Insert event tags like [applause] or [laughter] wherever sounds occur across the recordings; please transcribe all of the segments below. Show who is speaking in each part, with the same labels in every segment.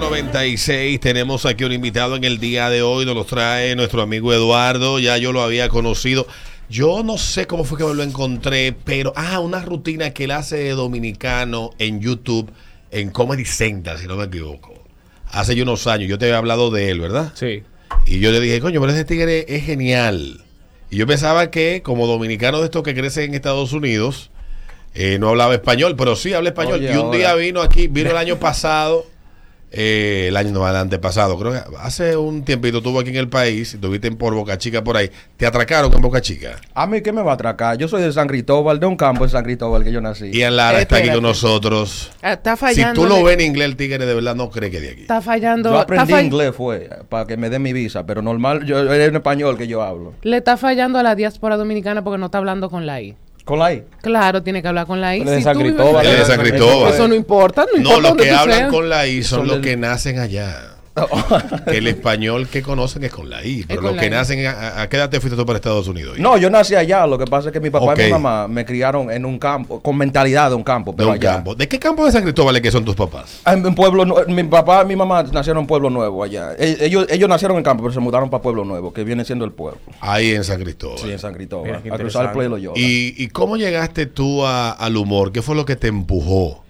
Speaker 1: 96, tenemos aquí un invitado en el día de hoy, nos lo trae nuestro amigo Eduardo, ya yo lo había conocido. Yo no sé cómo fue que lo encontré, pero, ah, una rutina que él hace de dominicano en YouTube, en Comedy Central, si no me equivoco. Hace ya unos años, yo te había hablado de él, ¿verdad?
Speaker 2: Sí.
Speaker 1: Y yo le dije, coño, pero ese tigre es genial. Y yo pensaba que, como dominicano de estos que crecen en Estados Unidos, eh, no hablaba español, pero sí habla español.
Speaker 2: Oye,
Speaker 1: y un día
Speaker 2: ahora.
Speaker 1: vino aquí, vino el año pasado, eh, el año no, el antepasado, creo que hace un tiempito estuvo aquí en el país, estuviste en por Boca Chica por ahí. ¿Te atracaron en Boca Chica?
Speaker 2: A mí, ¿qué me va a atracar? Yo soy de San Cristóbal, de un campo de San Cristóbal que yo nací.
Speaker 1: Ian Lara está aquí
Speaker 3: Espérate.
Speaker 1: con nosotros.
Speaker 3: Ah, Está
Speaker 1: Si
Speaker 3: fallando.
Speaker 1: tú lo
Speaker 3: de-
Speaker 1: ves en inglés, el tigre de verdad no cree que es de aquí.
Speaker 3: Está fallando.
Speaker 2: Yo
Speaker 3: está
Speaker 2: aprendí
Speaker 3: fall-
Speaker 2: inglés, fue, para que me den mi visa, pero normal, yo era en español que yo hablo.
Speaker 3: Le está fallando a la diáspora dominicana porque no está hablando con la I.
Speaker 2: ¿Con la I?
Speaker 3: Claro, tiene que hablar con la I.
Speaker 2: Él es de
Speaker 3: Si
Speaker 2: San
Speaker 3: tú vives-
Speaker 2: Cristóbal.
Speaker 1: Él es de San Cristóbal.
Speaker 3: Eso no importa, no
Speaker 1: No,
Speaker 3: importa.
Speaker 1: los
Speaker 3: dónde
Speaker 1: que
Speaker 3: tú
Speaker 1: hablan
Speaker 3: seas.
Speaker 1: con la I son
Speaker 2: Son
Speaker 1: los
Speaker 2: del-
Speaker 1: que nacen allá. Que el español que conocen es con la I. Pero
Speaker 3: con
Speaker 1: los que
Speaker 3: la I.
Speaker 1: nacen, a, a qué edad te fuiste tú para Estados Unidos?
Speaker 2: [laughs] No, yo nací allá, lo que pasa es que mi papá
Speaker 1: Ok.
Speaker 2: y mi mamá me criaron en un campo, con mentalidad de un campo,
Speaker 1: de
Speaker 2: pero
Speaker 1: un
Speaker 2: allá.
Speaker 1: campo. ¿De qué campo de San Cristóbal es que son tus papás?
Speaker 2: En, en Pueblo Nue- mi papá y mi mamá nacieron en Pueblo Nuevo allá. E- Ellos, ellos nacieron en campo, pero se mudaron para Pueblo Nuevo, que viene siendo el pueblo.
Speaker 1: Ahí en San Cristóbal.
Speaker 2: Sí, en San Cristóbal.
Speaker 4: Mira, qué
Speaker 2: a cruzar el
Speaker 4: interesante.
Speaker 2: play Loyola.
Speaker 1: ¿Y, y cómo llegaste tú a- al humor? ¿Qué fue lo que te empujó?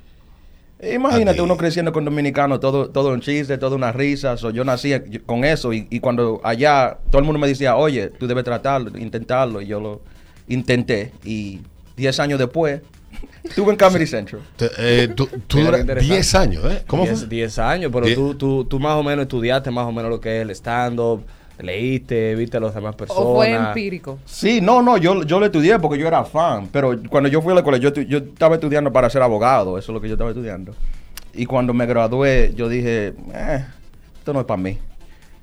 Speaker 2: Imagínate
Speaker 1: A ti.
Speaker 2: uno creciendo con dominicanos, todo, todo un chiste, toda una risa. So, yo nací yo- con eso y, y cuando allá todo el mundo me decía, oye, tú debes tratarlo, intentarlo. Y yo lo intenté. Y 10 años después, [laughs] estuve en Comedy Central.
Speaker 1: Te- eh, tú tú
Speaker 4: Mira, qué
Speaker 1: duras
Speaker 4: interesante.
Speaker 1: 10 años, ¿eh? ¿Cómo fue?
Speaker 4: 10, 10 años, pero
Speaker 1: Die-
Speaker 4: tú, tú, tú más o menos estudiaste más o menos lo que es el stand-up, leíste, viste a las demás personas.
Speaker 3: O fue empírico.
Speaker 2: Sí, no, no, yo, yo lo estudié porque yo era fan. Pero cuando yo fui a la escuela, yo, estu- yo estaba estudiando para ser abogado. Eso es lo que yo estaba estudiando. Y cuando me gradué, yo dije, eh, esto no es para mí.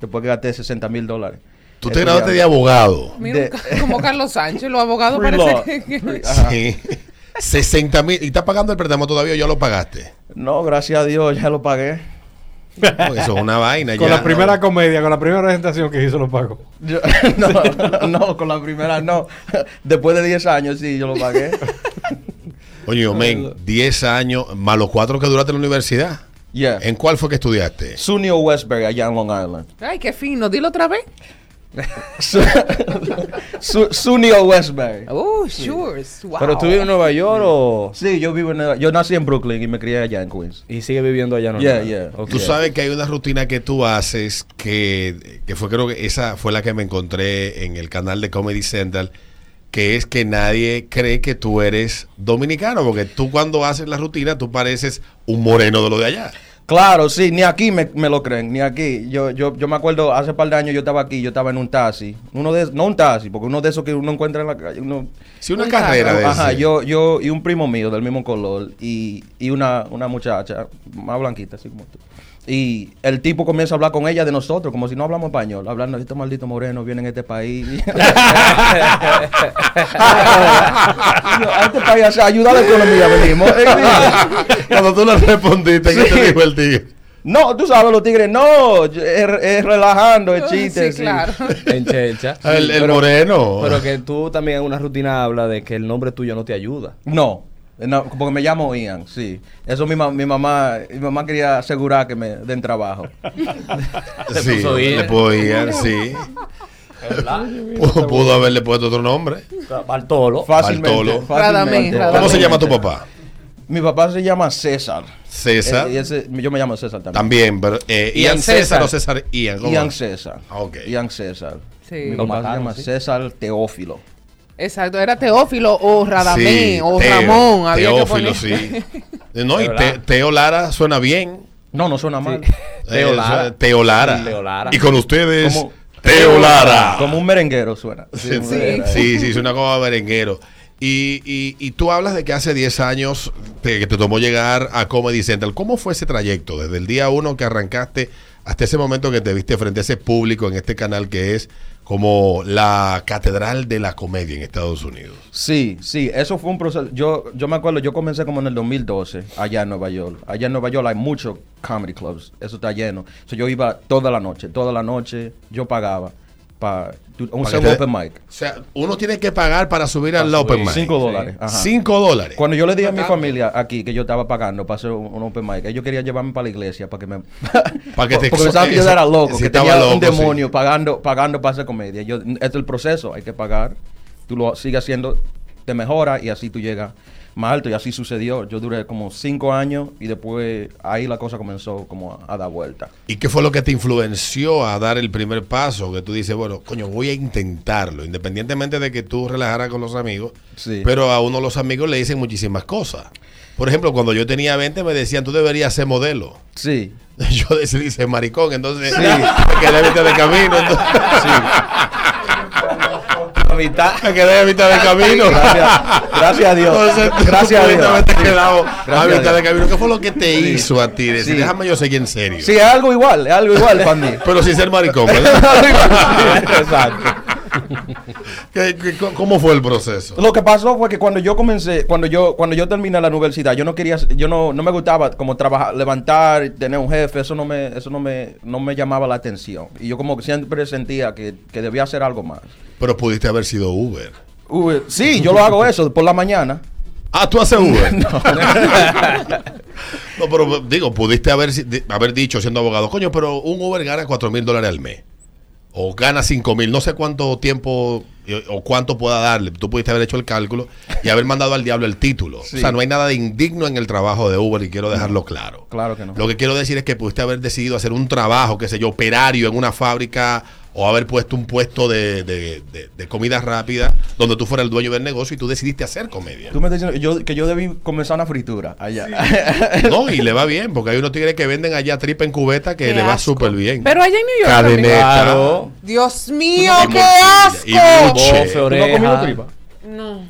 Speaker 2: Después que gasté 60 mil dólares.
Speaker 1: Tú te graduaste de
Speaker 2: Estudiando.
Speaker 1: abogado.
Speaker 3: Mira,
Speaker 2: De-
Speaker 3: ca- como Carlos Sánchez, los abogados
Speaker 2: Free law.
Speaker 3: parece que.
Speaker 2: Free- Ajá.
Speaker 1: Sí. [laughs] 60 mil. ¿Y estás pagando el préstamo todavía o ya lo pagaste?
Speaker 2: No, gracias a Dios, ya lo pagué.
Speaker 1: Porque eso es una vaina.
Speaker 5: Con
Speaker 1: ya,
Speaker 5: la primera comedia, con la primera presentación que hizo lo pagó.
Speaker 2: Yo- [laughs] no, no, con la primera no. Después de 10 años sí, yo lo [laughs] pagué.
Speaker 1: Oye, men, 10 años más los 4 que duraste en la universidad.
Speaker 2: Yeah.
Speaker 1: ¿En cuál fue que estudiaste?
Speaker 2: SUNY o Westbury, allá en Long Island.
Speaker 3: Ay, qué fino. Dilo otra vez.
Speaker 2: Su- [laughs] Su- SUNY o Westbury.
Speaker 3: Oh, sure. Wow.
Speaker 4: Pero tú vives en Nueva York o...
Speaker 2: Sí, yo vivo en Nueva- Yo nací en Brooklyn y me crié allá en Queens.
Speaker 4: Y sigue viviendo allá, ¿no?
Speaker 2: Yeah, yeah.
Speaker 4: Ok.
Speaker 1: Tú sabes que hay una rutina que tú haces que, que fue, creo que esa fue la que me encontré en el canal de Comedy Central, que es que nadie cree que tú eres dominicano, porque tú cuando haces la rutina tú pareces un moreno de lo de
Speaker 4: [laughs]
Speaker 1: allá.
Speaker 2: Claro, sí, ni aquí me, me lo creen, ni aquí. Yo, yo, yo me acuerdo hace par de años yo estaba aquí, yo estaba en un taxi. Uno de, no un taxi, porque uno de esos que uno encuentra en la calle. Uno,
Speaker 1: Si una
Speaker 3: Un
Speaker 1: carrera de
Speaker 2: Ajá,
Speaker 1: ese.
Speaker 2: yo, yo y un primo mío del mismo color y, y una, una muchacha más blanquita, así como tú. Y el tipo comienza a hablar con ella de nosotros, como si no hablamos español, hablando estos malditos morenos vienen a este país. [laughs] a este país, o sea, ayudar a la economía, venimos.
Speaker 1: [laughs]
Speaker 2: [laughs]
Speaker 1: Cuando tú le respondiste, ¿qué te
Speaker 2: Sí.
Speaker 1: dijo el tío?
Speaker 2: No, tú sabes, los tigres, no, es, es relajando, es chiste.
Speaker 3: [laughs] Sí, claro.
Speaker 4: [laughs] En chelcha.
Speaker 1: [laughs] El, el
Speaker 4: Pero-
Speaker 1: moreno.
Speaker 4: Pero que tú también en una rutina habla de que el nombre tuyo no te
Speaker 5: [laughs]
Speaker 4: ayuda.
Speaker 2: No, no, porque me llamo Ian, sí. Eso mi, ma- mi mamá, mi mamá quería asegurar que me den trabajo.
Speaker 4: Se
Speaker 1: sí,
Speaker 4: puso
Speaker 1: le
Speaker 4: bien.
Speaker 1: podía, sí. Pudo, pudo haberle puesto otro nombre.
Speaker 4: Bartolo.
Speaker 2: Fácilmente.
Speaker 1: Bartolo.
Speaker 3: Radamés,
Speaker 2: fácilmente.
Speaker 3: Radamés.
Speaker 1: ¿Cómo se llama tu
Speaker 2: Fácilmente.
Speaker 1: papá?
Speaker 2: Mi papá se llama César.
Speaker 1: César.
Speaker 2: Eh, y ese- yo me llamo César también.
Speaker 1: También, pero eh,
Speaker 4: Ian
Speaker 1: Ian César
Speaker 4: César.
Speaker 1: o César Ian. ¿cómo?
Speaker 2: Ian César.
Speaker 1: Ah, ok.
Speaker 2: Ian César.
Speaker 3: Sí.
Speaker 2: Mi
Speaker 4: Lo
Speaker 2: papá se
Speaker 4: mataron,
Speaker 2: llama
Speaker 4: sí.
Speaker 2: César Teófilo.
Speaker 3: Exacto. Era Teófilo o Radamés
Speaker 1: Sí,
Speaker 3: o
Speaker 1: Teo,
Speaker 3: Ramón. Había que
Speaker 1: Teófilo,
Speaker 3: poner- [laughs]
Speaker 1: sí. No, y
Speaker 4: ¿Verdad?
Speaker 1: Te- Teo Lara suena bien.
Speaker 2: No, no suena
Speaker 3: [laughs]
Speaker 2: mal.
Speaker 4: Teo
Speaker 1: Eh,
Speaker 4: Lara.
Speaker 1: suena- Teo Lara.
Speaker 4: Teo Lara.
Speaker 1: Y con ustedes,
Speaker 2: Como-
Speaker 1: Teo Lara.
Speaker 2: Como un merenguero suena.
Speaker 1: Sí,
Speaker 2: un
Speaker 1: sí,
Speaker 2: merenguero.
Speaker 1: sí, sí, suena como merenguero. Y, y- y tú hablas de que hace 10 años te- que te tomó llegar a Comedy Central. ¿Cómo fue ese trayecto? Desde el día uno que arrancaste hasta ese momento que te viste frente a ese público en este canal que es como la catedral de la comedia en Estados Unidos.
Speaker 2: Sí, sí, eso fue un proceso. Yo, yo me acuerdo, yo comencé como en el 2012, allá en Nueva York. Allá en Nueva York hay muchos comedy clubs, eso está lleno. So, yo iba toda la noche, toda la noche, yo pagaba para un
Speaker 1: Para que
Speaker 2: solo
Speaker 1: te-
Speaker 2: open mic.
Speaker 1: O sea, uno tiene que pagar para subir al open mic.
Speaker 2: Cinco dólares. ajá.
Speaker 1: 5 dólares.
Speaker 2: Este, Cuando yo le dije a mi familia aquí que yo estaba pagando para hacer un, un open mic, ellos querían llevarme para la iglesia para que me.
Speaker 1: [laughs] Para que te
Speaker 2: [laughs] porque pensaban que yo
Speaker 1: eso-
Speaker 2: era loco,
Speaker 1: sí,
Speaker 2: que
Speaker 1: estaba
Speaker 2: tenía un
Speaker 1: loco, sí.
Speaker 2: demonio pagando, pagando para hacer comedia. Yo, este es el proceso, hay que pagar. Tú lo sigues haciendo, te mejora y así tú llegas más alto. Y así sucedió. Yo duré como cinco años y después ahí la cosa comenzó como a, a dar vuelta.
Speaker 1: ¿Y qué fue lo que te influenció a dar el primer paso? Que tú dices, bueno, coño, voy a intentarlo, independientemente de que tú relajaras con los amigos.
Speaker 2: Sí.
Speaker 1: Pero a uno de los amigos le dicen muchísimas cosas. Por ejemplo, cuando yo tenía 20 me decían, tú deberías ser modelo. [laughs]
Speaker 2: Sí.
Speaker 1: Yo decidí ser maricón, entonces [laughs]
Speaker 2: Sí.
Speaker 1: me quedé a mitad de camino. entonces-
Speaker 2: A mitad.
Speaker 1: [laughs] me quedé a mitad de camino.
Speaker 2: [laughs] Gracias, gracias
Speaker 1: [laughs]
Speaker 2: a Dios.
Speaker 1: Entonces,
Speaker 2: gracias a Dios.
Speaker 1: te quedado
Speaker 2: Gracias
Speaker 1: a
Speaker 2: a
Speaker 1: mitad
Speaker 2: Dios.
Speaker 1: de camino. ¿Qué fue lo que te
Speaker 2: Sí.
Speaker 1: hizo a ti? Decir,
Speaker 2: Sí.
Speaker 1: déjame yo seguir en serio.
Speaker 2: Sí, es algo igual, es algo igual
Speaker 1: [laughs]
Speaker 2: para mí.
Speaker 1: Pero sin ser maricón,
Speaker 2: [laughs]
Speaker 1: ¿verdad? [laughs]
Speaker 2: Exacto.
Speaker 1: ¿Qué- qué- ¿Cómo fue el proceso?
Speaker 2: Lo que pasó fue que cuando yo comencé, cuando yo, cuando yo terminé la universidad, yo no quería, yo no, no me gustaba como trabajar, levantar, tener un jefe, eso no me, eso no me, no me llamaba la atención. Y yo como que siempre sentía que, que debía hacer algo más.
Speaker 1: Pero pudiste haber sido Uber.
Speaker 2: Uy, sí, yo lo hago eso por la mañana.
Speaker 1: Ah, tú haces
Speaker 2: [laughs]
Speaker 1: Uber. no. pero digo, pudiste haber, si- de- haber dicho siendo abogado, coño, pero un Uber gana 4 mil dólares al mes. O gana 5 mil, no sé cuánto tiempo eh, o cuánto pueda darle. Tú pudiste haber hecho el cálculo y haber mandado al diablo el título. O sea, no hay nada de indigno en el trabajo de Uber y quiero dejarlo claro.
Speaker 2: Claro que no.
Speaker 1: Lo que quiero decir es que pudiste haber decidido hacer un trabajo, qué sé yo, operario en una fábrica o haber puesto un puesto de, de- de- de comida rápida donde tú fueras el dueño del negocio y tú decidiste hacer comedia.
Speaker 2: Tú me estás diciendo yo- que yo debí comenzar una fritura allá. [laughs]
Speaker 1: [laughs] No, y le va bien, porque hay unos tigres que venden allá tripa en cubeta que
Speaker 6: Qué
Speaker 1: le va
Speaker 6: asco.
Speaker 1: súper bien.
Speaker 3: Pero allá en New York.
Speaker 1: Cadeneta.
Speaker 3: también.
Speaker 4: Claro.
Speaker 6: Dios mío,
Speaker 1: Y
Speaker 6: qué
Speaker 1: morcilla, y
Speaker 6: asco.
Speaker 1: buche.
Speaker 4: Bofe, oreja.
Speaker 3: No.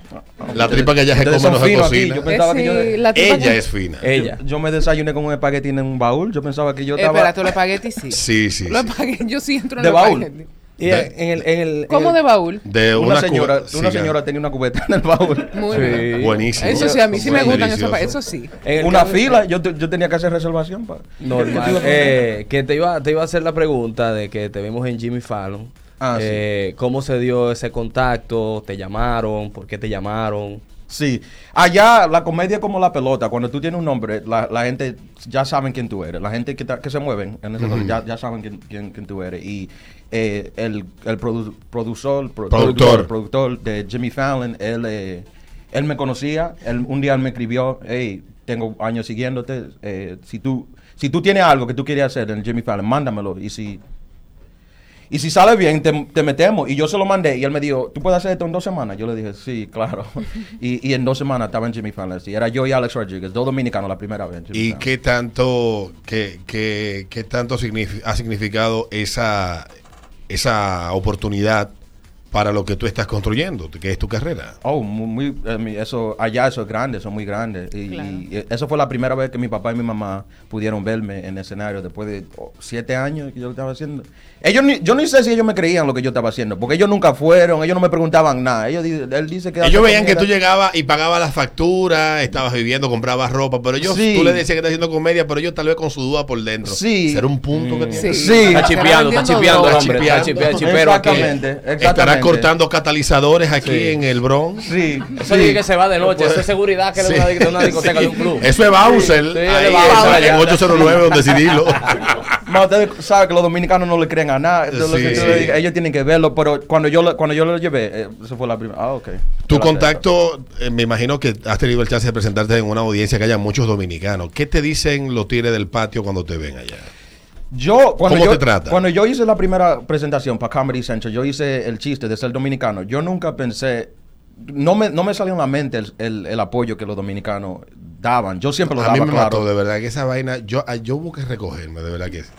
Speaker 1: La tripa que allá se come
Speaker 2: Ustedes
Speaker 1: no
Speaker 2: son
Speaker 1: se
Speaker 2: finos aquí, Eh,
Speaker 1: cocina.
Speaker 2: yo pensaba que yo-
Speaker 3: Eh, sí, la tipa
Speaker 1: Ella
Speaker 3: que-
Speaker 1: es fina.
Speaker 4: Ella.
Speaker 2: Yo, yo me desayuné con un espagueti en un baúl. Yo pensaba que yo
Speaker 3: Eh,
Speaker 2: estaba.
Speaker 3: Espera, tú lo paguetes sí.
Speaker 1: Sí, sí,
Speaker 3: Lo
Speaker 1: sí.
Speaker 3: pagué, [laughs] yo sí entro en
Speaker 2: De
Speaker 3: los
Speaker 2: baúl.
Speaker 3: paquetes.
Speaker 4: Y
Speaker 1: Ve.
Speaker 4: en el, en el, en
Speaker 3: ¿Cómo
Speaker 4: el-
Speaker 3: de baúl?
Speaker 1: De
Speaker 2: una,
Speaker 1: una,
Speaker 2: señora,
Speaker 1: cuba-
Speaker 2: una
Speaker 1: sí,
Speaker 2: señora tenía una cubeta en el baúl.
Speaker 3: Muy
Speaker 4: Sí.
Speaker 3: bien.
Speaker 1: Buenísimo.
Speaker 3: Eso sí, a mí sí me
Speaker 1: Muy
Speaker 3: gustan
Speaker 1: delicioso.
Speaker 3: esos pa- Eso sí.
Speaker 4: en el
Speaker 2: una
Speaker 4: cambio-
Speaker 2: fila, yo, te- yo tenía que hacer reservación para.
Speaker 4: Normal. Eh, que te iba, te iba a hacer la pregunta de que te vimos en Jimmy Fallon.
Speaker 2: Ah, sí.
Speaker 4: Eh, ¿Cómo se dio ese contacto? ¿Te llamaron? ¿Por qué te llamaron?
Speaker 2: Sí. Allá la comedia es como la pelota. Cuando tú tienes un nombre, la, la gente ya saben quién tú eres. La gente que, ta- que se mueven en ese lugar ya, ya saben quién, quién, quién tú eres. Y eh, el, el produ- productor, pro-
Speaker 1: Productor.
Speaker 2: productor de Jimmy Fallon, él, eh, él me conocía. Él, un día él me escribió, hey, tengo años siguiéndote. eh, si, tú, si tú tienes algo que tú quieres hacer en Jimmy Fallon, mándamelo. Y si y si sale bien, te, te metemos. Y yo se lo mandé y él me dijo, ¿tú puedes hacer esto en dos semanas? Yo le dije, sí, claro. y, y en dos semanas estaba en Jimmy Fallon. Sí, era yo y Alex Rodriguez, dos dominicanos la primera vez. en Jimmy
Speaker 1: ¿Y
Speaker 2: Fallon.
Speaker 1: qué tanto, qué, qué- qué tanto signif- ha significado esa, esa oportunidad para lo que tú estás construyendo, que es tu carrera?
Speaker 2: Oh, muy, muy, eh, mi- eso, allá eso es grande, eso es muy grande. Y,
Speaker 3: Claro.
Speaker 2: y, eh, eso fue la primera vez que mi papá y mi mamá pudieron verme en el escenario después de oh, siete años que yo lo estaba haciendo. Ellos ni- yo no sé si ellos me creían lo que yo estaba haciendo, porque ellos nunca fueron, ellos no me preguntaban nada. Ellos, di- él dice que...
Speaker 1: Ellos veían que tú
Speaker 2: llegabas
Speaker 1: llegabas y pagabas las facturas, estabas viviendo, comprabas ropa, pero ellos,
Speaker 2: Sí.
Speaker 1: tú le decías que estás haciendo comedia, pero ellos tal vez con su duda por dentro.
Speaker 2: Sí.
Speaker 1: Será un punto
Speaker 3: Mm.
Speaker 1: que tiene.
Speaker 2: Sí. Está
Speaker 4: chipeando, está chipeando,
Speaker 1: Está
Speaker 4: el hombre, está
Speaker 1: chipeando.
Speaker 4: chipe- chipero aquí.
Speaker 2: Exactamente, exactamente.
Speaker 1: Estará cortando catalizadores aquí en el Bronx.
Speaker 2: Sí,
Speaker 1: [laughs]
Speaker 4: Eso
Speaker 2: sí.
Speaker 4: es que se va de noche, eso es seguridad [laughs] que
Speaker 1: Sí.
Speaker 4: le da de una discoteca
Speaker 1: Sí.
Speaker 4: de un club.
Speaker 1: Eso es Bowser.
Speaker 4: Sí,
Speaker 1: ahí,
Speaker 4: es Bowser.
Speaker 1: en 809 donde
Speaker 4: [laughs]
Speaker 1: decidilo.
Speaker 2: Más ustedes saben que los dominicanos no le creen a nada. Entonces, lo
Speaker 1: Sí,
Speaker 2: que tú
Speaker 1: sí.
Speaker 2: le digas, Ellos tienen que verlo, pero cuando yo lo, cuando yo lo llevé, eh, eso fue la primera. Ah, ok.
Speaker 1: Tu
Speaker 2: Espérate,
Speaker 1: contacto, eh, me imagino que has tenido el chance de presentarte en una audiencia que haya muchos dominicanos. ¿Qué te dicen los tigres del patio cuando te ven allá?
Speaker 2: Yo, cuando
Speaker 1: ¿Cómo
Speaker 2: yo,
Speaker 1: te trata?
Speaker 2: Cuando yo hice la primera presentación para Comedy Central, yo hice el chiste de ser dominicano. Yo nunca pensé. No me, no me salió en la mente el, el- el apoyo que los dominicanos daban. Yo siempre lo
Speaker 1: A
Speaker 2: daba,
Speaker 1: mí me
Speaker 2: claro.
Speaker 1: mató, de verdad, que esa vaina, yo, ah, yo busqué recogerme, de verdad que sí.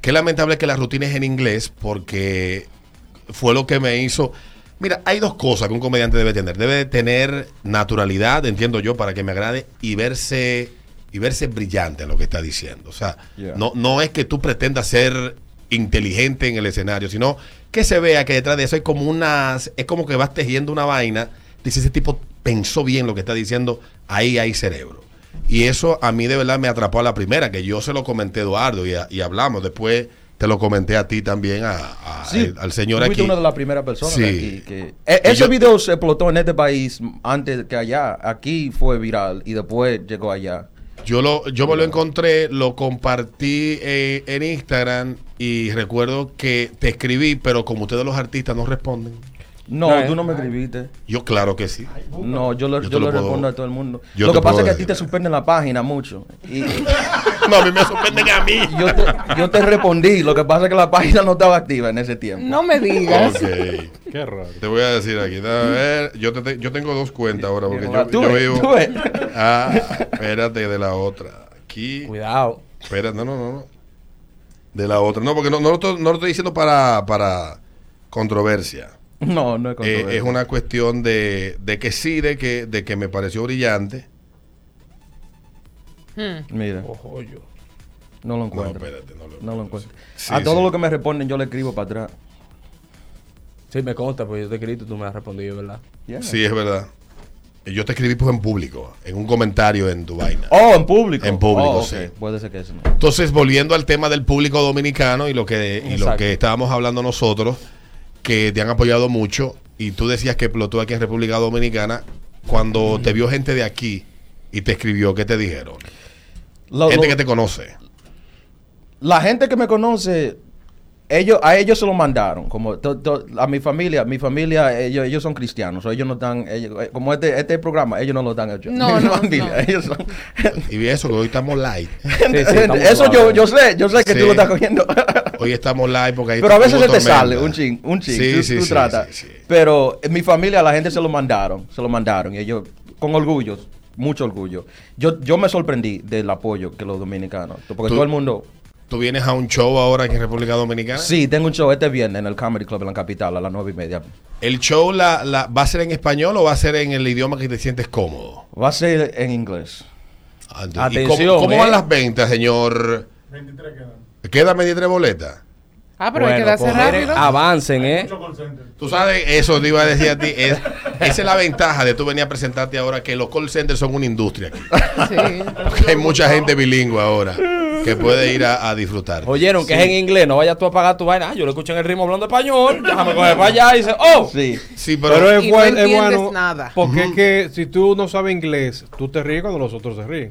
Speaker 1: Qué lamentable que la rutina es en inglés, porque fue lo que me hizo Mira, hay dos cosas que un comediante debe tener. Debe tener naturalidad, entiendo yo, para que me agrade, y verse, y verse brillante en lo que está diciendo. O sea,
Speaker 2: Yeah.
Speaker 1: no, no es que tú pretendas ser inteligente en el escenario, sino que se vea que detrás de eso hay como unas, es como que vas tejiendo una vaina. Dice, ese tipo pensó bien lo que está diciendo, ahí hay cerebro. Y eso a mí de verdad me atrapó a la primera, que yo se lo comenté a Eduardo y, a- y hablamos. Después te lo comenté a ti también, a, a- al- al señor
Speaker 2: tú fuiste
Speaker 1: aquí.
Speaker 2: una de las primeras personas
Speaker 1: Sí.
Speaker 2: aquí que- E-
Speaker 1: Y
Speaker 2: ese
Speaker 1: yo-
Speaker 2: video se explotó en este país antes que allá. Aquí fue viral y después llegó allá.
Speaker 1: Yo lo, yo me lo encontré, lo compartí eh, en Instagram y recuerdo que te escribí, pero como ustedes los artistas no responden,
Speaker 2: No,
Speaker 4: No, eh.
Speaker 2: tú no me escribiste.
Speaker 1: yo claro que sí.
Speaker 2: No, yo le,
Speaker 1: Yo
Speaker 2: yo
Speaker 1: te lo
Speaker 2: le
Speaker 1: puedo-
Speaker 2: respondo a todo el mundo.
Speaker 1: yo
Speaker 2: Lo
Speaker 1: te
Speaker 2: que pasa es
Speaker 1: puedo
Speaker 2: que a ti
Speaker 1: decir.
Speaker 2: te suspenden la página mucho. Y,
Speaker 1: No, a mí me sorprenden a mí.
Speaker 2: y yo, te, yo te respondí. Lo que pasa es que la página no estaba activa en ese tiempo.
Speaker 3: No me digas.
Speaker 1: Ok.
Speaker 5: Qué raro.
Speaker 1: Te voy a decir aquí, a ver, yo, te- te- yo tengo dos cuentas ahora porque yo,
Speaker 2: Tú
Speaker 1: yo
Speaker 2: ves,
Speaker 1: vivo...
Speaker 2: tú ves.
Speaker 1: Ah, espérate, de la otra. Aquí...
Speaker 4: Cuidado.
Speaker 1: Espera, no, no, no. no. De la otra. No, porque no, no, lo, estoy, no lo estoy diciendo para, para controversia.
Speaker 2: No, no es
Speaker 1: Eh,
Speaker 2: controversia.
Speaker 1: es una cuestión de, de que sí, de que, de que me pareció brillante.
Speaker 3: Hmm.
Speaker 2: Mira,
Speaker 4: Ojo yo.
Speaker 2: no lo
Speaker 1: No,
Speaker 2: encuentro.
Speaker 1: espérate, no lo,
Speaker 2: No lo encuentro.
Speaker 1: Sí,
Speaker 2: a todo
Speaker 1: sí.
Speaker 2: lo que me responden yo le escribo para atrás.
Speaker 4: Sí, me consta, porque yo te escrito y tú me has respondido, ¿verdad?
Speaker 2: Yeah.
Speaker 1: Sí, es verdad. Eh, Yo te escribí pues, en público, en un comentario en tu vaina.
Speaker 2: Oh, en público. Oh,
Speaker 1: En público,
Speaker 2: ok.
Speaker 1: sí.
Speaker 2: Puede ser que eso no.
Speaker 1: Entonces, volviendo al tema del público dominicano y lo que, y lo
Speaker 4: Exacto.
Speaker 1: que estábamos hablando nosotros, que te han apoyado mucho, y tú decías que explotó aquí en República Dominicana, cuando te vio gente de aquí y te escribió, ¿qué te dijeron?
Speaker 2: Lo-
Speaker 1: gente
Speaker 2: lo-
Speaker 1: que te conoce.
Speaker 2: La gente que me conoce, ellos, a ellos se lo mandaron. Como to- to- a mi familia, mi familia, ellos, ellos son cristianos. o ellos no están, ellos- eh, como este, este programa, ellos no lo están hecho.
Speaker 3: No,
Speaker 2: [laughs] Mi
Speaker 3: no,
Speaker 2: familia,
Speaker 3: no.
Speaker 2: ellos son- [laughs]
Speaker 1: Y eso, que hoy estamos live.
Speaker 4: [laughs] Sí, sí, estamos
Speaker 2: eso yo,
Speaker 4: claros.
Speaker 2: yo sé, yo sé que
Speaker 1: Sí.
Speaker 2: tú lo estás cogiendo. [laughs]
Speaker 1: Hoy estamos live porque ahí
Speaker 2: Pero a
Speaker 1: hubo
Speaker 2: veces se te
Speaker 1: tormenta.
Speaker 2: sale un ching, un ching.
Speaker 1: Sí,
Speaker 2: tú,
Speaker 1: sí,
Speaker 2: tú
Speaker 1: sí,
Speaker 2: tratas.
Speaker 1: sí, sí.
Speaker 2: Pero en mi familia, la gente se lo mandaron, se lo mandaron. Y ellos, con orgullo, mucho orgullo. Yo, yo me sorprendí del apoyo que los dominicanos, porque
Speaker 1: Tú-
Speaker 2: todo el mundo
Speaker 1: ¿Tú vienes a un show ahora aquí en República Dominicana?
Speaker 2: Sí, tengo un show este viernes en el Comedy Club en la capital a las nueve y media.
Speaker 1: ¿El show la, la- va a ser en español o va a ser en el idioma que te sientes cómodo?
Speaker 2: Va a ser en inglés.
Speaker 1: Ah, entonces, ¿y
Speaker 4: Atención,
Speaker 1: ¿Cómo, cómo
Speaker 4: eh.
Speaker 1: van las ventas, señor? 23 quedan. ¿Quedan 23 boletas?
Speaker 3: Ah, pero hay que darse
Speaker 4: pues,
Speaker 3: rápido.
Speaker 4: Avancen, ¿eh?
Speaker 1: Tú sabes, eso te iba a decir a ti.
Speaker 2: [laughs]
Speaker 1: es- esa es la ventaja de tú venir a presentarte ahora, que los call centers son una industria
Speaker 2: [laughs]
Speaker 1: aquí.
Speaker 3: Sí.
Speaker 1: Porque hay mucha gente bilingüe ahora que puede ir a, a disfrutar.
Speaker 4: Oyeron que es en inglés, no vayas tú a pagar tu vaina. Ah, yo lo escucho en el ritmo hablando español. Déjame coger para allá y dice, oh,
Speaker 2: Sí.
Speaker 1: Sí, pero,
Speaker 5: Pero, es,
Speaker 3: Y no
Speaker 5: bueno, es
Speaker 3: entiendes
Speaker 5: bueno.
Speaker 3: nada.
Speaker 5: Porque es que si tú no sabes inglés, tú te ríes cuando los otros se ríen.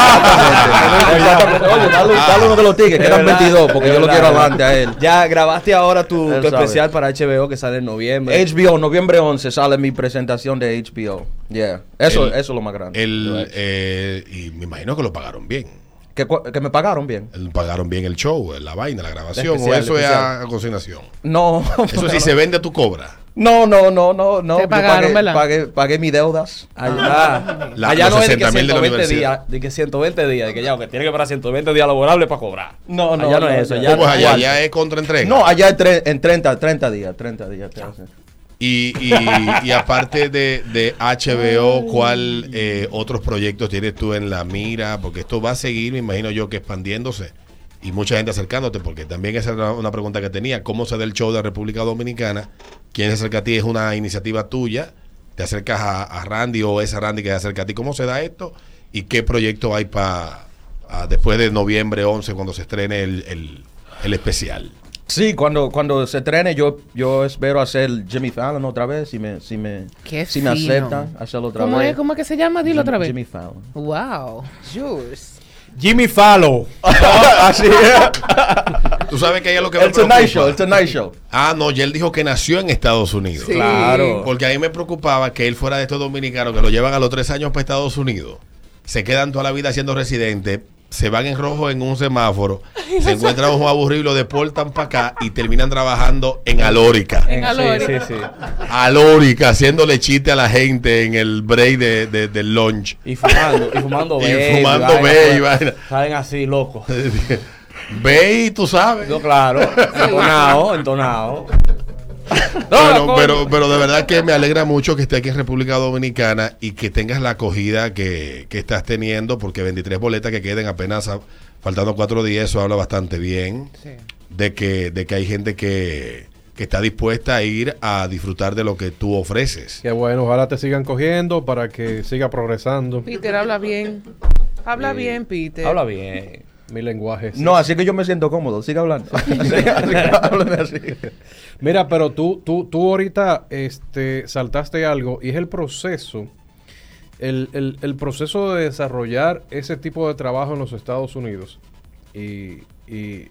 Speaker 2: Ah. Exactamente. [laughs] Oye, dale, dale uno de los tickets, que eran 22, porque yo lo quiero adelante a él.
Speaker 4: Ya grabaste ahora tu,
Speaker 2: Él
Speaker 4: tu
Speaker 2: sabe.
Speaker 4: especial para HBO que sale en noviembre.
Speaker 2: HBO, noviembre 11 sale mi presentación de HBO. Yeah. Eso,
Speaker 1: El-
Speaker 2: eso es lo más grande.
Speaker 1: el, eh, y me imagino que lo pagaron bien.
Speaker 2: que, cu- que me pagaron bien.
Speaker 1: El- Pagaron bien el show, la vaina, la grabación,
Speaker 4: Especial,
Speaker 1: o eso es
Speaker 4: especial.
Speaker 1: a, a consignación.
Speaker 2: No.
Speaker 1: Eso si se vende, tú cobras.
Speaker 2: [laughs] No, no, no, no, no.
Speaker 3: Te
Speaker 2: Yo
Speaker 3: pagaron,
Speaker 2: pagué,
Speaker 3: ¿verdad?
Speaker 2: pagué, pagué mis deudas. Ah.
Speaker 4: Allá,
Speaker 1: La-
Speaker 4: allá
Speaker 1: los
Speaker 4: no es de que
Speaker 1: 60.000 de la
Speaker 4: 120
Speaker 1: universidad.
Speaker 4: días, de que 120 días, de que ya, que tiene que parar 120 días laborables para cobrar.
Speaker 2: No, no,
Speaker 4: allá no,
Speaker 2: no,
Speaker 4: es eso.
Speaker 2: no.
Speaker 4: Allá,
Speaker 1: ¿Cómo es Pues allá?
Speaker 4: aguanta.
Speaker 1: Allá es contraentrega.
Speaker 2: No, allá en tre- en 30, 30 días, 30 días. te hacen.
Speaker 1: Y, y- y aparte de, de HBO, ¿cuál eh, otros proyectos tienes tú en la mira? Porque esto va a seguir, me imagino yo, que expandiéndose. Y mucha gente acercándote, porque también esa era una pregunta que tenía. ¿Cómo se da el show de República Dominicana? ¿Quién se acerca a ti? ¿Es una iniciativa tuya? ¿Te acercas a, a Randy o es a Randy que se acerca a ti? ¿Cómo se da esto? ¿Y qué proyecto hay para después de noviembre 11, cuando se estrene el, el- el especial?
Speaker 2: Sí, cuando, cuando se trene yo, yo espero hacer Jimmy Fallon otra vez, si me, si me,
Speaker 3: Qué
Speaker 2: si me
Speaker 3: fino.
Speaker 2: aceptan hacerlo otra
Speaker 3: ¿Cómo
Speaker 2: vez.
Speaker 3: es, ¿Cómo es que se llama? Dilo
Speaker 2: Jimmy-
Speaker 3: otra vez.
Speaker 2: Jimmy Fallon.
Speaker 3: Wow. Jules.
Speaker 5: Jimmy Fallow.
Speaker 2: Así es.
Speaker 1: Tú sabes que hay algo que me
Speaker 2: El Tonight
Speaker 1: preocupa.
Speaker 2: Show, el Tonight Show.
Speaker 1: Ah, no, ya él dijo que nació en Estados Unidos.
Speaker 3: Sí.
Speaker 4: Claro.
Speaker 1: Porque a mí me preocupaba que él fuera de estos dominicanos que lo llevan a los tres años para Estados Unidos, se quedan toda la vida siendo residentes, se van en rojo en un semáforo, se encuentran un aburrido, y lo deportan para acá y terminan trabajando en Alórica.
Speaker 4: En-
Speaker 3: calor.
Speaker 4: sí, sí, sí.
Speaker 1: Alórica, haciéndole chiste a la gente en el break de- de- del lunch. [laughs]
Speaker 4: Y fumando, y fumando
Speaker 1: Y
Speaker 4: vape,
Speaker 1: fumando
Speaker 4: vaina,
Speaker 1: vape,
Speaker 4: vaina.
Speaker 1: vaina.
Speaker 4: Salen así, locos.
Speaker 1: Ve y tú sabes.
Speaker 4: Yo, claro, entonado, entonado.
Speaker 1: Bueno, pero, pero de verdad que me alegra mucho que esté aquí en República Dominicana y que tengas la acogida que, que estás teniendo, porque 23 boletas que queden apenas a- faltando cuatro días, eso habla bastante bien
Speaker 3: Sí.
Speaker 1: de que, de que hay gente que, que está dispuesta a ir a disfrutar de lo que tú ofreces.
Speaker 5: Qué bueno, ojalá te sigan cogiendo para que siga progresando.
Speaker 3: Peter, habla bien. Habla bien, Peter.
Speaker 4: Habla bien.
Speaker 5: Mi lenguaje. es-
Speaker 2: No, así que yo me siento cómodo. Siga hablando. [laughs] Háblame así.
Speaker 5: Mira, pero tú, tú, tú ahorita este, saltaste algo y es el proceso. El, el- el proceso de desarrollar ese tipo de trabajo en los Estados Unidos. Y, y-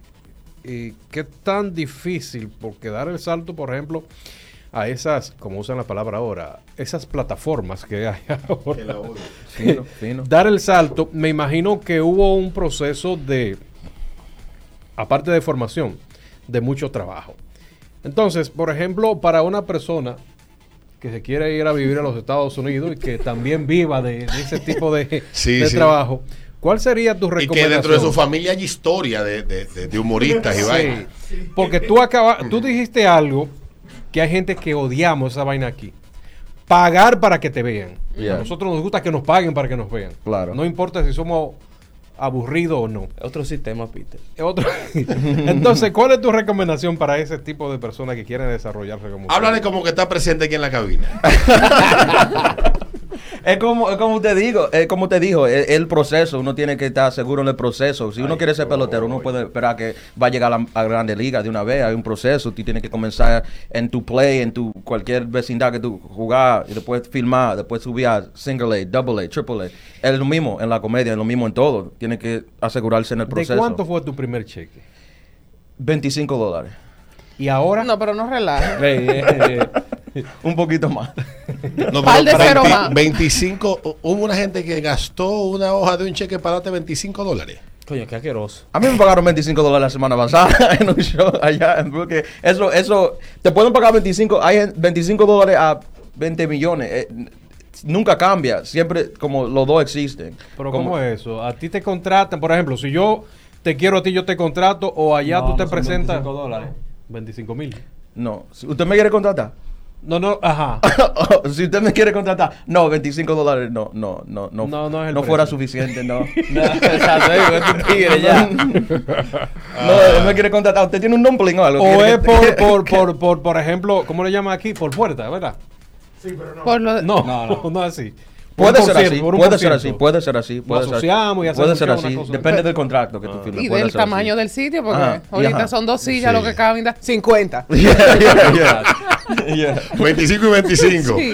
Speaker 5: y qué tan difícil, porque dar el salto, por ejemplo, a esas, como usan la palabra ahora, esas plataformas que hay [laughs] ahora.
Speaker 2: Fino, fino.
Speaker 5: Dar el salto, me imagino que hubo un proceso de, aparte de formación, de mucho trabajo. Entonces, por ejemplo, para una persona que se quiere ir a vivir a los Estados Unidos y que también viva de, de ese tipo de,
Speaker 1: Sí,
Speaker 5: de
Speaker 1: sí.
Speaker 5: trabajo, ¿cuál sería tu
Speaker 1: Y
Speaker 5: recomendación?
Speaker 1: que dentro de su familia hay historia de, de- de- de humoristas y vainas.
Speaker 5: Sí, porque tú, acaba, tú dijiste algo que hay gente que odiamos esa vaina aquí. Pagar para que te vean.
Speaker 2: Yeah.
Speaker 5: A nosotros nos gusta que nos paguen para que nos vean.
Speaker 2: Claro.
Speaker 5: No importa si somos aburridos o no.
Speaker 4: Otro sistema, Peter.
Speaker 5: Es otro- [laughs] Entonces, ¿cuál es tu recomendación para ese tipo de personas que quieren desarrollarse como
Speaker 1: Háblale como que está presente aquí en la
Speaker 3: [laughs]
Speaker 1: cabina.
Speaker 2: Es como, es como te digo, es como te dijo, es, es el proceso, uno tiene que estar seguro en el proceso. Si uno quiere ser pelotero, uno puede esperar que va a llegar a, la a grande liga de una vez, hay un proceso, tú tienes que comenzar en tu play, en tu cualquier vecindad que tú jugar, y después filmar, después subir a single A, double A, triple A. Es lo mismo en la comedia, es lo mismo en todo. Tiene que asegurarse en el
Speaker 5: ¿De
Speaker 2: proceso.
Speaker 5: cuánto fue tu primer cheque?
Speaker 2: 25 dólares.
Speaker 5: Y ahora
Speaker 3: No, pero no relajes.
Speaker 4: Ey, eh, eh.
Speaker 2: Un poquito más.
Speaker 1: No,
Speaker 3: Par de
Speaker 1: pero
Speaker 3: cero
Speaker 1: 20
Speaker 3: más.
Speaker 1: 25, hu- hubo una gente que gastó una hoja de un cheque para darte 25 dólares.
Speaker 4: Coño, qué asqueroso.
Speaker 2: A mí me pagaron 25 dólares la semana pasada [laughs] en un show allá en Brooklyn. Eso, eso, te pueden pagar 25, hay en- 25 dólares a 20 millones. Eh, n- nunca cambia, siempre como los dos existen.
Speaker 5: Pero ¿cómo es eso? ¿A ti te contratan? Por ejemplo, si yo te quiero a ti, yo te contrato o allá
Speaker 4: No,
Speaker 5: tú te
Speaker 4: no son
Speaker 5: presentas...
Speaker 4: 25 dólares.
Speaker 5: 25 mil.
Speaker 2: No, si usted me quiere contratar. [coughs]
Speaker 5: No, no, ajá.
Speaker 2: si usted me quiere contratar, no, 25 dólares no, no, no, no,
Speaker 5: No, no es el
Speaker 2: fuera
Speaker 5: precio.
Speaker 2: suficiente,
Speaker 5: [laughs]
Speaker 2: no.
Speaker 4: No, exacto, ey, este tigre ya.
Speaker 2: [laughs] No, él me quiere contratar, usted tiene un dumpling o algo.
Speaker 5: O
Speaker 2: ¿Quiere
Speaker 5: es
Speaker 2: que- [laughs]
Speaker 5: por, por, por, por, por ejemplo, ¿cómo le llaman aquí? Por puerta, ¿verdad?
Speaker 3: Por lo de-
Speaker 5: No,
Speaker 4: No,
Speaker 5: [laughs] no,
Speaker 4: no.
Speaker 5: es así. Por
Speaker 2: Puede
Speaker 5: un
Speaker 2: ser
Speaker 5: concierto,
Speaker 2: así,
Speaker 5: por un
Speaker 2: puede ser
Speaker 5: concierto.
Speaker 2: así, puede ser así, puede ser así.
Speaker 5: asociamos y
Speaker 2: Puede
Speaker 5: hacemos
Speaker 2: ser
Speaker 5: una
Speaker 2: así,
Speaker 5: cosa.
Speaker 2: depende del contrato que tú firmes.
Speaker 3: Y
Speaker 2: puede
Speaker 3: del
Speaker 2: ser así.
Speaker 3: tamaño del sitio, porque
Speaker 2: Ajá,
Speaker 3: ahorita
Speaker 2: ajá.
Speaker 3: son dos sillas
Speaker 1: Sí.
Speaker 3: lo que caben. da- 50.
Speaker 2: [laughs] Yeah, yeah, [laughs] yeah. Yeah.
Speaker 1: 25 y 25.
Speaker 3: Sí.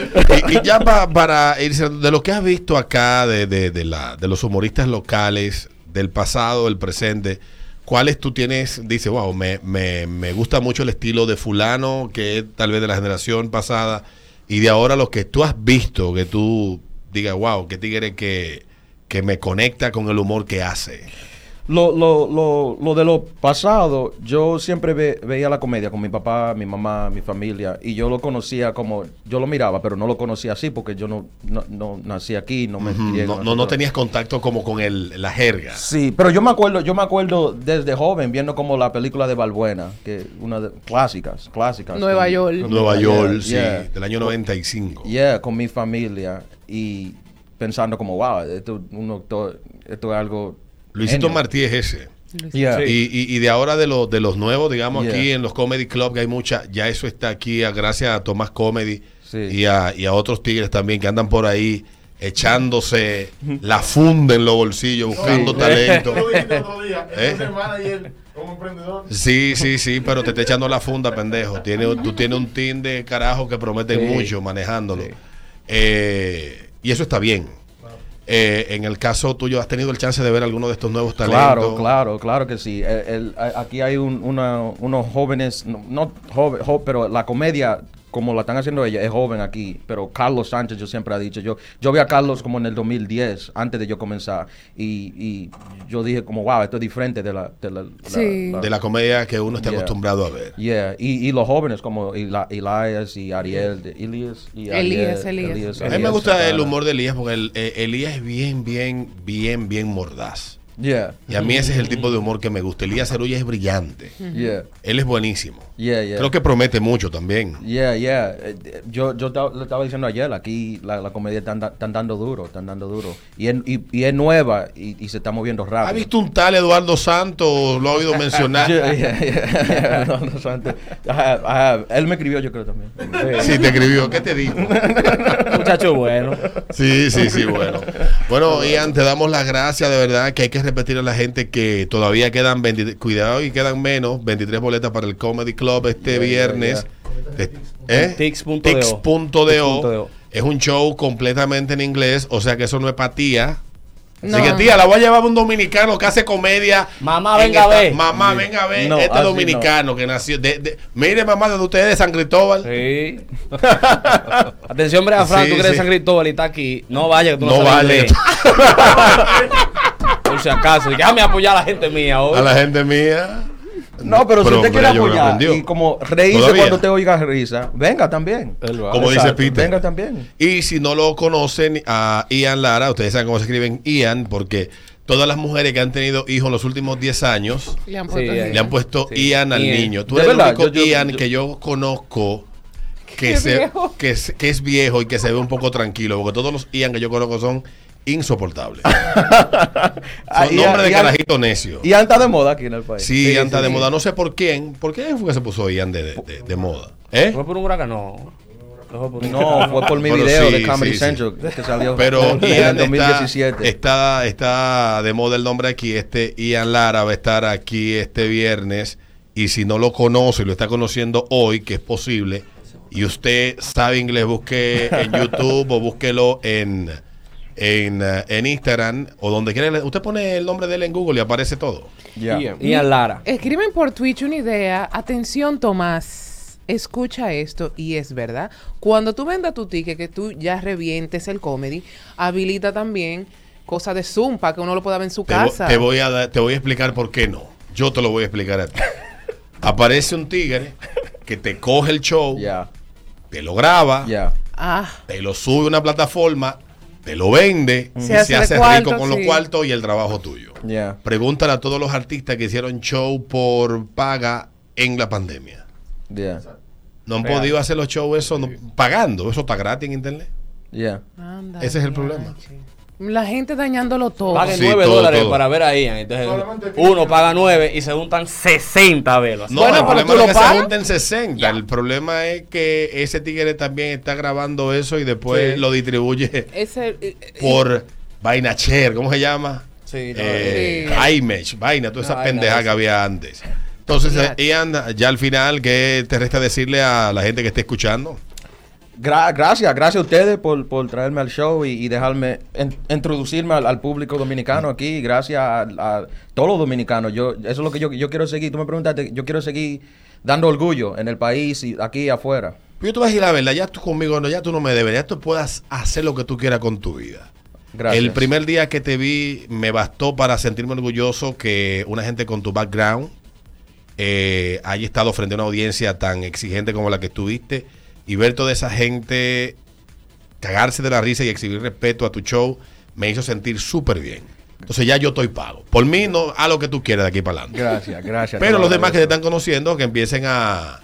Speaker 1: Y, y ya pa- para irse, de lo que has visto acá, de, de, de la, de los humoristas locales, del pasado, del presente, ¿cuáles tú tienes? Dice, wow, me, me, me gusta mucho el estilo de fulano, que es tal vez de la generación pasada, y de ahora los que tú has visto, que tú digas, wow, qué tigre que, que me conecta con el humor que hace.
Speaker 2: Lo, lo, lo, lo de lo pasado, yo siempre ve- veía la comedia con mi papá, mi mamá, mi familia, y yo lo conocía como, yo lo miraba, pero no lo conocía así porque yo no, no, no nací aquí, no me crié
Speaker 1: No,
Speaker 2: con
Speaker 1: no, no
Speaker 2: nosotros.
Speaker 1: tenías contacto como con el, la jerga.
Speaker 2: Sí, pero yo me acuerdo, yo me acuerdo desde joven viendo como la película de Balbuena, que una de clásicas, clásicas.
Speaker 3: Nueva
Speaker 2: Con-
Speaker 3: York.
Speaker 1: Nueva
Speaker 2: Yeah,
Speaker 1: York, sí,
Speaker 2: yeah. Oh.
Speaker 1: del año 95.
Speaker 2: Yeah, con mi familia y pensando como, wow, esto, uno, to- esto es algo...
Speaker 1: Luisito
Speaker 2: genio".
Speaker 1: Martí es ese.
Speaker 2: Yeah.
Speaker 5: Sí.
Speaker 1: Y, y- y de ahora de, los de los nuevos, digamos,
Speaker 2: Yeah.
Speaker 1: aquí en los Comedy Club, que hay mucha, ya eso está aquí, a- gracias a Tomás Comedy
Speaker 2: Sí.
Speaker 1: y, a, y a otros tigres también que andan por ahí echándose la funda en los bolsillos, buscando
Speaker 2: [laughs] Sí.
Speaker 1: talento.
Speaker 6: Tú lo dijiste otro día,
Speaker 1: ¿Eh?
Speaker 6: entonces manager como emprendedor.
Speaker 1: Sí, sí, sí, pero te está echando la funda, pendejo. Tiene, tú tienes un team de carajo que promete mucho manejándolo. Eh, y eso está bien. Eh, en el caso tuyo, ¿has tenido el chance de ver alguno de estos nuevos talentos?
Speaker 2: Claro, claro, claro que sí. El- el- a- aquí hay un- una- unos jóvenes, no, no joven, jo- pero la comedia como la están haciendo ella es joven aquí, pero Carlos Sánchez yo siempre he dicho, yo yo vi a Carlos como en el 2010, antes de yo comenzar, y, y yo dije como, wow, esto es diferente de la... De la, la-
Speaker 3: Sí.
Speaker 1: De la comedia que uno está
Speaker 2: Yeah.
Speaker 1: acostumbrado a ver.
Speaker 2: Yeah, y, y los jóvenes como Eli- Elias y Ariel, de- Elias y
Speaker 3: Elías,
Speaker 2: Ariel,
Speaker 3: Elías.
Speaker 2: Elías,
Speaker 1: A mí me
Speaker 2: Ariel
Speaker 1: gusta el
Speaker 2: Santana.
Speaker 1: humor de Elías porque el- eh, Elías es bien, bien, bien, bien mordaz.
Speaker 2: Yeah.
Speaker 1: Y a mí ese es el tipo de humor que me gusta. Elías Cerulla es brillante.
Speaker 2: Yeah.
Speaker 1: Él es buenísimo.
Speaker 2: Yeah, yeah.
Speaker 1: Creo que promete mucho también.
Speaker 2: Yeah, yeah. Eh, eh, Yo, yo ta- lo estaba diciendo ayer, aquí la, la comedia están, da- están dando duro, están dando duro. Y es, y, y es nueva y, y se está moviendo rápido.
Speaker 1: ¿Ha visto un tal Eduardo Santos? ¿Lo ha oído mencionar?
Speaker 2: Yeah, yeah, yeah. [laughs] No, no, solamente- I have- I have. Él me escribió, yo creo también.
Speaker 1: Sí, te escribió. ¿Qué te dijo?
Speaker 4: Muchacho bueno.
Speaker 1: Sí, sí, sí, bueno. Bueno, Ian, te damos las gracias, de verdad, que hay que repetir a la gente que todavía quedan 23, cuidado y quedan menos, 23 boletas para el Comedy Club este viernes. Te- ¿Eh?
Speaker 4: Tix.do.
Speaker 1: Tix.do.
Speaker 4: Tix.do.
Speaker 1: Es un show completamente en inglés, o sea que eso no es para tía. Así
Speaker 3: No.
Speaker 1: que tía, la voy a llevar a un dominicano que hace comedia.
Speaker 4: Mamá,
Speaker 1: en
Speaker 4: venga a ver.
Speaker 1: Mamá, venga a ver.
Speaker 2: No,
Speaker 1: este
Speaker 2: así
Speaker 1: dominicano que nació. de- de- mire, mamá, de ustedes de San Cristóbal. [laughs]
Speaker 4: Sí. Atención, Brea Fran,
Speaker 1: Sí,
Speaker 4: tú crees
Speaker 1: sí.
Speaker 4: San Cristóbal y está aquí. No vaya, que tú no,
Speaker 1: No
Speaker 4: sabes
Speaker 1: vale.
Speaker 4: inglés.
Speaker 1: [laughs]
Speaker 4: Por si acaso, déjame apoyar a la gente mía hoy.
Speaker 1: A la gente mía.
Speaker 2: No, pero, si usted quiere
Speaker 1: mira, yo me
Speaker 2: apoyar
Speaker 1: aprendió.
Speaker 2: y como reírse
Speaker 1: Todavía.
Speaker 2: cuando te oiga risa, venga también.
Speaker 5: Él va.
Speaker 1: Como dice Peter.
Speaker 2: Venga también.
Speaker 1: Y si no lo conocen a Ian Lara, ustedes saben cómo se escriben Ian, porque todas las mujeres que han tenido hijos en los últimos 10 años
Speaker 3: Le han
Speaker 4: Sí,
Speaker 3: puesto
Speaker 4: ahí.
Speaker 1: le han puesto
Speaker 4: Sí.
Speaker 1: Ian al
Speaker 4: Ian.
Speaker 1: niño. Tú
Speaker 2: De
Speaker 1: eres
Speaker 2: verdad,
Speaker 1: el único
Speaker 2: yo- yo-
Speaker 1: Ian
Speaker 2: yo-
Speaker 1: que yo
Speaker 2: [laughs]
Speaker 1: conozco que,
Speaker 3: Qué
Speaker 1: se,
Speaker 3: viejo.
Speaker 1: que, se- que es viejo y que se ve un poco tranquilo, porque todos los Ian que yo conozco son
Speaker 2: [laughs]
Speaker 1: insoportables.
Speaker 2: Ah,
Speaker 1: Son
Speaker 2: Ian-
Speaker 1: nombres de
Speaker 2: Ian-
Speaker 1: carajito necio.
Speaker 2: Y anda de moda aquí en el país.
Speaker 1: Sí, Ian está de moda. No sé por quién. ¿Por qué fue que se puso Ian de, de- de- de moda? ¿Eh?
Speaker 4: ¿Fue por un huracán? No. No fue por un
Speaker 2: No, fue por mi
Speaker 1: Pero
Speaker 2: video
Speaker 1: sí,
Speaker 2: de Comedy
Speaker 1: sí, sí.
Speaker 2: Central que
Speaker 1: [laughs]
Speaker 2: salió [laughs]
Speaker 1: Pero
Speaker 2: en
Speaker 1: Ian
Speaker 2: el
Speaker 1: está,
Speaker 2: 2017.
Speaker 1: está, está de moda el nombre aquí. Este Ian Lara va a estar aquí este viernes. Y si no lo conoce, lo está conociendo hoy, que es posible, y usted sabe inglés, busque en YouTube o búsquelo en, en, eh, en Instagram o donde quiera. Usted pone el nombre de él en Google y aparece todo.
Speaker 2: Ya.
Speaker 5: Ian.
Speaker 4: Ian Lara.
Speaker 3: Escriben por Twitch una idea. Atención, Tomás. Escucha esto y es verdad. Cuando tú vendas tu ticket, que tú ya revientes el comedy, habilita también cosas de Zoom para que uno lo pueda ver en su
Speaker 1: Te, vo-
Speaker 3: casa.
Speaker 1: te voy a dar- te voy a explicar por qué no. Yo te lo voy a explicar a ti. Aparece un tigre que te coge el show,
Speaker 2: Ya.
Speaker 1: te lo graba,
Speaker 2: Ya.
Speaker 3: Ah,
Speaker 1: te lo sube a una plataforma, te lo vende
Speaker 3: Se
Speaker 1: y
Speaker 3: hace
Speaker 1: se
Speaker 3: de
Speaker 1: hace rico
Speaker 3: cuarto,
Speaker 1: con
Speaker 3: sí.
Speaker 1: los cuartos y el trabajo tuyo.
Speaker 2: Ya.
Speaker 1: Pregúntale a todos los artistas que hicieron show por paga en la pandemia.
Speaker 2: Ya.
Speaker 1: No han
Speaker 4: Real.
Speaker 1: podido hacer los shows eso no- pagando, eso está gratis en internet.
Speaker 2: Ya.
Speaker 3: anda,
Speaker 1: Ese es el
Speaker 3: diache.
Speaker 1: problema.
Speaker 3: La gente dañándolo todo.
Speaker 4: Paguen
Speaker 1: Ah, Sí,
Speaker 4: 9
Speaker 1: todo,
Speaker 4: dólares
Speaker 1: todo.
Speaker 4: para ver a Ian. Entonces,
Speaker 6: Solamente
Speaker 4: uno
Speaker 6: que-
Speaker 4: paga 9 y se juntan 60 velos.
Speaker 1: No,
Speaker 4: Bueno,
Speaker 1: el
Speaker 4: pero
Speaker 1: problema
Speaker 4: tú
Speaker 1: es
Speaker 4: lo
Speaker 1: que se
Speaker 4: pagas.
Speaker 1: junten 60. El problema es que ese tigre también está grabando eso y después
Speaker 4: Sí.
Speaker 1: lo distribuye
Speaker 3: Ese, eh, eh,
Speaker 1: por vaina Cher, ¿cómo se llama?
Speaker 4: Sí, no,
Speaker 1: eh,
Speaker 3: sí.
Speaker 1: iMesh, vaina, toda esa
Speaker 4: Una vaina
Speaker 1: pendeja
Speaker 4: de
Speaker 1: que había antes. Entonces, eh,
Speaker 3: Fíjate.
Speaker 1: Ian, ya al final, ¿qué te resta decirle a la gente que esté escuchando?
Speaker 2: Gra- gracias, gracias a ustedes por, por traerme al show y, y dejarme en- introducirme al, al público dominicano aquí. Gracias a, a todos los dominicanos. Yo, eso es lo que yo, yo quiero seguir. Tú me preguntaste, yo quiero seguir dando orgullo en el país y aquí y afuera.
Speaker 1: Yo te voy a decir la verdad, ya tú conmigo, no, ya tú no me debes, ya tú puedas hacer lo que tú quieras con tu vida.
Speaker 2: Gracias.
Speaker 1: El primer día que te vi me bastó para sentirme orgulloso que una gente con tu background eh, haya estado frente a una audiencia tan exigente como la que estuviste y ver toda esa gente cagarse de la risa y exhibir respeto a tu show me hizo sentir súper bien. Entonces ya yo estoy pago. Por mí, no, haz lo que tú quieras de aquí para adelante.
Speaker 2: Gracias, gracias.
Speaker 1: Pero los demás que te
Speaker 2: te
Speaker 1: están conociendo, que empiecen a,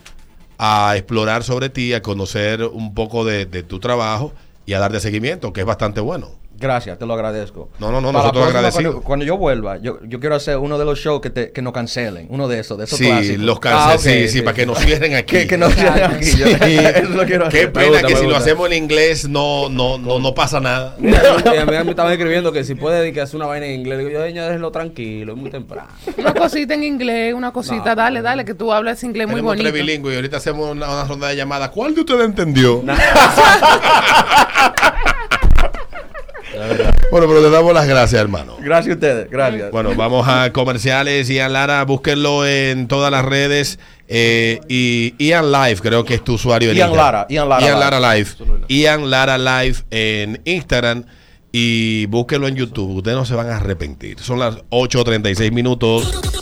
Speaker 1: a explorar sobre ti, a conocer un poco de, de tu trabajo y a darte seguimiento, que es bastante bueno.
Speaker 2: Gracias, te lo agradezco.
Speaker 1: No, no, no,
Speaker 2: Para la
Speaker 1: nosotros
Speaker 2: próxima,
Speaker 1: agradecidos.
Speaker 2: Cuando, cuando yo vuelva, yo, yo quiero hacer uno de los shows que, te, que nos cancelen. Uno de esos, de esos
Speaker 1: Sí,
Speaker 2: clásicos.
Speaker 1: los
Speaker 4: Ah, ok,
Speaker 1: canses, sí, sí,
Speaker 4: sí,
Speaker 1: para que nos cierren aquí.
Speaker 2: Que, que no
Speaker 3: Claro.
Speaker 2: aquí. yo- [laughs] eso lo quiero
Speaker 1: Qué
Speaker 2: hacer.
Speaker 1: pena
Speaker 4: Me gusta,
Speaker 1: que
Speaker 4: me
Speaker 1: si lo
Speaker 4: gusta.
Speaker 1: hacemos en inglés no, no, no, no pasa nada.
Speaker 4: Mira, mira, me estaban escribiendo que si puede dedicarse hacer una vaina en inglés. Digo, yo, señor, déjenlo tranquilo, es muy temprano.
Speaker 3: una cosita en inglés, una cosita,
Speaker 4: No.
Speaker 3: dale, dale, que tú hablas inglés muy
Speaker 1: Tenemos
Speaker 3: bonito.
Speaker 1: tres bilingües y ahorita hacemos una, una ronda de llamadas. ¿Cuál de ustedes entendió? [laughs]
Speaker 4: [laughs]
Speaker 1: bueno, pero te damos las gracias, hermano.
Speaker 2: Gracias a ustedes, gracias.
Speaker 1: Bueno, vamos a comerciales. Ian Lara, búsquenlo en todas las redes. eh, y Ian Live, creo que es tu usuario. en
Speaker 2: Ian
Speaker 1: Instagram.
Speaker 2: Lara, Ian Lara
Speaker 1: Ian Lara Live.
Speaker 2: Live.
Speaker 1: Ian Lara Live en Instagram. Y búsquenlo en YouTube. Ustedes no se van a arrepentir. Son las 8.36 minutos.